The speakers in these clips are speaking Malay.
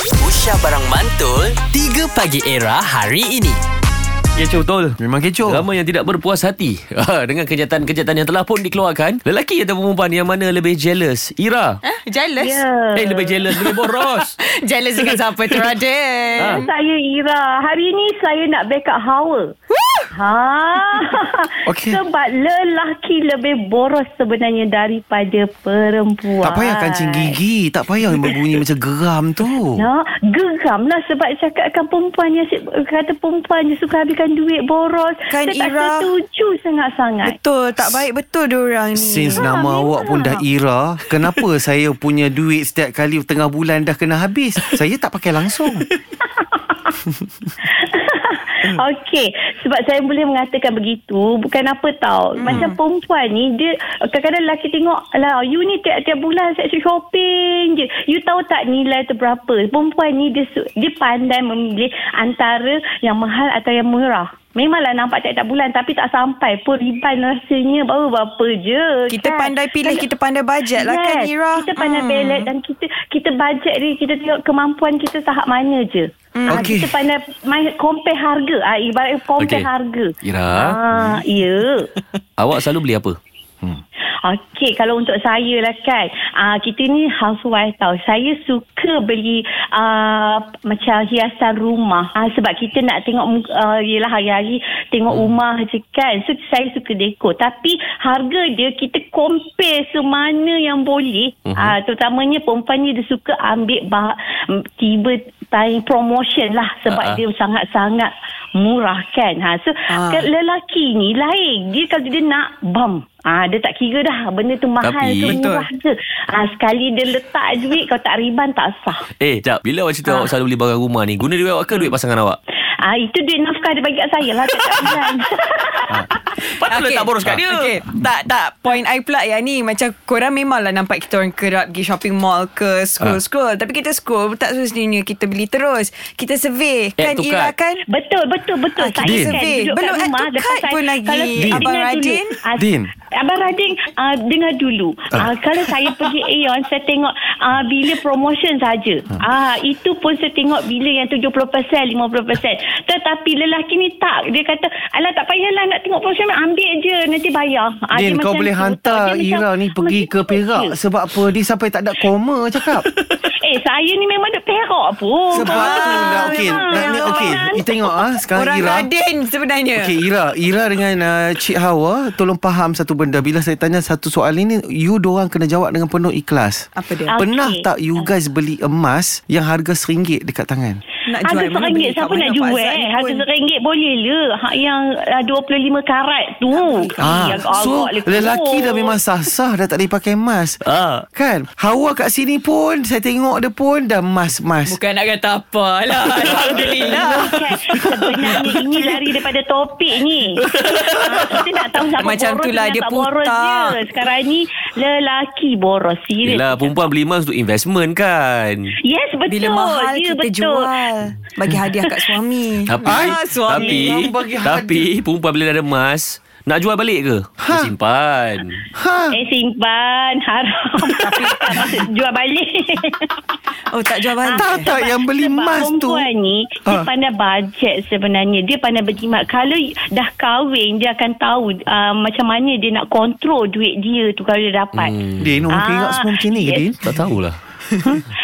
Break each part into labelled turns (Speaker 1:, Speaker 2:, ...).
Speaker 1: Aisyah Barang Mantul 3 Pagi Era hari ini
Speaker 2: Kecoh tol
Speaker 3: Memang kecoh
Speaker 2: Ramai yang tidak berpuas hati Ah, Dengan kejahatan-kejahatan yang telah pun dikeluarkan Lelaki atau perempuan yang mana lebih jealous Ira
Speaker 4: Huh? Jealous?
Speaker 2: Eh
Speaker 5: Ya.
Speaker 2: lebih jealous Lebih boros
Speaker 4: Jealous dengan siapa tu Radin?
Speaker 2: Ha.
Speaker 6: Hmm.
Speaker 5: Saya Ira. Hari ni saya nak backup Hawa. Ha.
Speaker 3: Okey.
Speaker 5: Sebab lelaki lebih boros sebenarnya daripada perempuan.
Speaker 3: Tak payah kancing gigi Tak payah yang berbunyi macam geram tu
Speaker 5: Ya, geram lah sebab cakapkan perempuan yang kata perempuan yang suka habiskan duit boros.
Speaker 6: Kan,
Speaker 5: saya
Speaker 6: Ira?
Speaker 5: tak setuju sangat-sangat.
Speaker 6: Betul, tak baik betul diorang ni.
Speaker 3: Since
Speaker 5: Ha,
Speaker 3: nama
Speaker 5: memang.
Speaker 3: awak pun dah Ira Kenapa saya punya duit setiap kali tengah bulan dah kena habis Saya tak pakai langsung
Speaker 6: Hmm.
Speaker 5: Okey, sebab saya boleh mengatakan begitu bukan apa tau. Hmm. Macam perempuan ni dia kadang-kadang lelaki tengok lah you ni tiap-tiap bulan asyik shopping je. You tahu tak nilai tu berapa? Perempuan ni dia su- dia pandai memilih antara yang mahal atau yang murah. Memanglah nampak tiap-tiap bulan tapi tak sampai pun riban rasanya baru berapa je.
Speaker 6: Kita
Speaker 5: kan?
Speaker 6: pandai pilih,
Speaker 5: Kalau-
Speaker 6: kita pandai bajet lah kan, Ira?
Speaker 5: Kita pandai
Speaker 6: Hmm.
Speaker 5: belet dan kita kita bajet ni kita tengok kemampuan kita tahap mana je.
Speaker 6: Hmm.
Speaker 5: Ah,
Speaker 3: Okey.
Speaker 5: Kita pandai main compare harga. Ah, ibarat compare
Speaker 2: Okey.
Speaker 5: harga.
Speaker 2: Ira.
Speaker 5: Ah, ya.
Speaker 2: Awak selalu beli apa?
Speaker 5: Okey, kalau untuk saya lah kan. Ah, kita ni housewife tau. Saya suka beli ah, macam hiasan rumah. Ah, sebab kita nak tengok muka- ah, yelah hari-hari tengok rumah je kan. So, saya suka dekor. Tapi harga dia kita compare semana yang boleh. Uh-huh. Ah, terutamanya perempuan ni dia suka ambil bah- tiba time promotion lah. Sebab
Speaker 2: Ah, ah.
Speaker 5: uh-huh. dia sangat-sangat murah kan. Ha, so,
Speaker 6: Ah.
Speaker 5: uh. lelaki ni lain. Dia kalau dia nak bam. Ah ha, dia tak kira dah benda tu mahal
Speaker 2: Tapi-
Speaker 5: Tapi, ke murah ke. Ah ha, sekali dia letak duit kau tak riban tak sah.
Speaker 2: Eh jap Bila awak cerita awak selalu beli barang rumah ni Guna duit awak ke duit pasangan awak?
Speaker 5: Ah ha, itu duit nafkah dia bagi kat saya lah tak bulan.
Speaker 2: Patut letak boros kat dia
Speaker 6: Okay. Tak, tak. Point I pula yang ni. Macam korang memanglah nampak kita orang kerap pergi shopping mall ke scroll-scroll. Tapi kita scroll tak semestinya kita beli terus. Kita survey.
Speaker 2: Add
Speaker 6: Kan
Speaker 2: to cart.
Speaker 6: Ira kan?
Speaker 5: Betul betul betul
Speaker 6: Ah,
Speaker 5: saya
Speaker 6: Din.
Speaker 5: kan
Speaker 6: Din.
Speaker 5: duduk
Speaker 6: Belum
Speaker 5: kat
Speaker 6: add
Speaker 5: rumah
Speaker 6: to cart
Speaker 5: saya-
Speaker 6: pun lagi.
Speaker 5: kalau
Speaker 6: Din. Abang
Speaker 5: dengar dulu.
Speaker 6: Radin.
Speaker 5: Ah,
Speaker 3: Din.
Speaker 5: Abang Radin ah, dengar dulu. Ah. kalau saya pergi Aeon saya tengok ah, bila promotion saja. Ah. itu pun saya tengok bila yang 70% 50%. Tetapi lelaki ni tak dia kata alah tak payahlah nak tengok promotion ambil je nanti bayar. Ah, dia
Speaker 3: Din kau
Speaker 5: macam
Speaker 3: boleh
Speaker 5: tu.
Speaker 3: hantar
Speaker 5: Dia
Speaker 3: Ira
Speaker 5: macam-
Speaker 3: ni pergi
Speaker 5: macam
Speaker 3: ke Perak
Speaker 5: tu.
Speaker 3: Sebab apa dia sampai tak ada koma cakap
Speaker 5: Eh saya ni memang ada perak pun. Ah,
Speaker 3: Sebab tu lah Okey nak ni okey You tengok ah sekarang
Speaker 6: Orang
Speaker 3: Ira
Speaker 6: Radin sebenarnya.
Speaker 3: Okey Ira, Ira dengan uh, Cik Hawa tolong faham satu benda. Bila saya tanya satu soalan ini, you dorang kena jawab dengan penuh ikhlas.
Speaker 6: Apa dia?
Speaker 5: Ah. Okey.
Speaker 3: Pernah tak you guys beli emas yang harga RM1 dekat tangan?
Speaker 6: Nak mana
Speaker 5: Harga
Speaker 6: beli
Speaker 5: seringgit
Speaker 6: kat
Speaker 5: siapa
Speaker 6: mana?
Speaker 5: nak
Speaker 6: Pak
Speaker 5: jual? eh?
Speaker 6: Azad ni
Speaker 5: Harga
Speaker 6: pun.
Speaker 5: seringgit boleh le. Hak yang uh, 25 karat tu.
Speaker 3: Ah,
Speaker 5: Yang agak
Speaker 3: so
Speaker 5: lekuk.
Speaker 3: lelaki dah memang sah-sah dah tak boleh pakai emas.
Speaker 2: Ah.
Speaker 3: Kan? Hawa kat sini pun saya tengok dia pun dah emas-emas.
Speaker 6: Bukan nak kata apa lah. Alhamdulillah.
Speaker 5: Kan? Oh, Sebenarnya ini lari daripada topik ni. Ah, Kita nak tahu siapa
Speaker 6: Macam
Speaker 5: boros
Speaker 6: tu lah,
Speaker 5: dengan
Speaker 6: dia
Speaker 5: tak boros
Speaker 6: putar.
Speaker 5: je. Sekarang ni lelaki boros. Serius.
Speaker 2: Yelah perempuan beli emas untuk investment kan
Speaker 5: Yes, betul.
Speaker 6: Bila mahal
Speaker 5: Ya,
Speaker 6: kita
Speaker 5: betul.
Speaker 6: jual. Bagi hadiah kat suami.
Speaker 2: Tapi
Speaker 6: Ah,
Speaker 2: Tapi
Speaker 6: suami.
Speaker 3: Orang bagi hadiah.
Speaker 2: Tapi Perempuan bila dah ada emas Nak jual balik ke? Ha. Simpan
Speaker 3: Ha.
Speaker 5: Eh, simpan. Haram. Tapi tak maksud jual balik.
Speaker 6: Oh tak jual
Speaker 5: Ah.
Speaker 6: balik.
Speaker 3: Tak tak yang beli
Speaker 5: Sebab
Speaker 3: emas tu.
Speaker 5: perempuan ni Dia
Speaker 3: Ah.
Speaker 5: pandai bajet sebenarnya Dia pandai berjimat Kalau dah kahwin Dia akan tahu uh, Macam mana dia nak kontrol duit dia tu Kalau dia dapat hmm.
Speaker 3: Din, orang
Speaker 5: Ah,
Speaker 3: perak semua macam ni ke
Speaker 5: yes.
Speaker 3: Din?
Speaker 2: Tak tahulah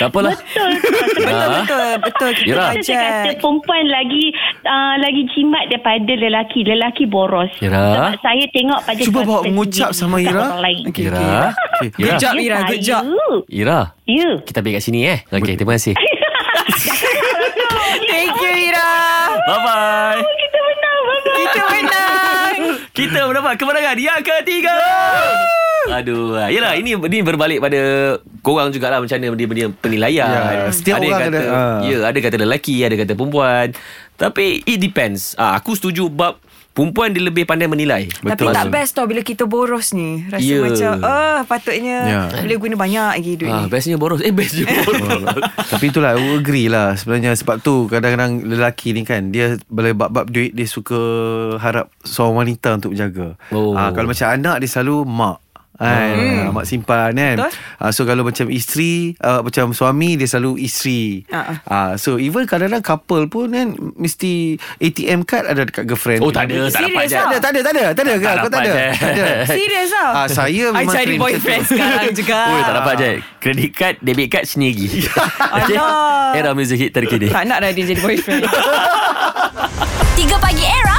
Speaker 2: Tak apalah
Speaker 5: Betul
Speaker 6: Betul betul betul kita
Speaker 2: Ira.
Speaker 5: Betul saya kata
Speaker 6: bajet.
Speaker 5: perempuan lagi uh, Lagi jimat daripada lelaki Lelaki boros
Speaker 2: Ira.
Speaker 5: Sebab saya tengok pada
Speaker 3: Cuba
Speaker 5: suami
Speaker 3: bawa
Speaker 5: saya
Speaker 3: mengucap
Speaker 5: sendiri,
Speaker 3: sama
Speaker 5: bukan
Speaker 3: Ira.
Speaker 5: orang lain.
Speaker 6: Okey,
Speaker 2: Ira
Speaker 3: okey.
Speaker 2: Ira
Speaker 6: Good job Ira, good job.
Speaker 2: Ira
Speaker 5: Ya
Speaker 2: Kita ambil kat sini eh Okay terima kasih
Speaker 6: Thank you Ira.
Speaker 2: Bye bye
Speaker 5: Kita menang Bye-bye.
Speaker 6: Kita menang.
Speaker 2: Kita mendapat kemenangan yang ketiga Aduh ah. Yelah ini, ini berbalik pada Korang jugalah macam mana dia punya penilaian
Speaker 3: Ya, setiap
Speaker 2: ada
Speaker 3: orang
Speaker 2: kata,
Speaker 3: ada, ah.
Speaker 2: Ya ada kata lelaki Ada kata perempuan Tapi it depends ah, Aku setuju bab Perempuan dia lebih pandai menilai
Speaker 6: Tapi tak best tau bila kita boros ni. Rasa
Speaker 2: Ya.
Speaker 6: macam oh patutnya
Speaker 3: Ya.
Speaker 6: boleh guna banyak lagi duit
Speaker 2: Ah,
Speaker 6: ni.
Speaker 2: bestnya boros. Eh, bestnya boros.
Speaker 3: Tapi itulah aku agree lah sebenarnya sebab tu kadang-kadang lelaki ni kan dia boleh bab-bab duit dia suka harap seorang wanita untuk menjaga.
Speaker 2: Oh.
Speaker 3: Ah kalau macam anak dia selalu mak. Kan? Hmm. Mak simpan kan.
Speaker 6: Betul.
Speaker 3: Uh, so kalau macam isteri, uh, macam suami dia selalu isteri.
Speaker 6: Ah,
Speaker 3: Uh, so even kadang-kadang couple pun kan mesti ATM card ada dekat girlfriend.
Speaker 2: Oh tak ada, tak
Speaker 6: Serious lah.
Speaker 2: dapat je.
Speaker 6: tau?
Speaker 3: Tak ada, tak ada, tak ada. Tak ada ke? Kau tak ada.
Speaker 2: dapat,
Speaker 3: Tak ada.
Speaker 6: Serius tau
Speaker 3: Ah, saya
Speaker 6: I
Speaker 3: memang
Speaker 6: cari
Speaker 3: train
Speaker 6: boyfriend
Speaker 3: macam tu.
Speaker 6: sekarang juga
Speaker 2: Oh tak dapat je Credit card Debit card sendiri Okay
Speaker 6: Ah. Alah.
Speaker 2: Era music hit terkini
Speaker 6: Tak nak dah dia jadi boyfriend
Speaker 7: 3 Pagi Era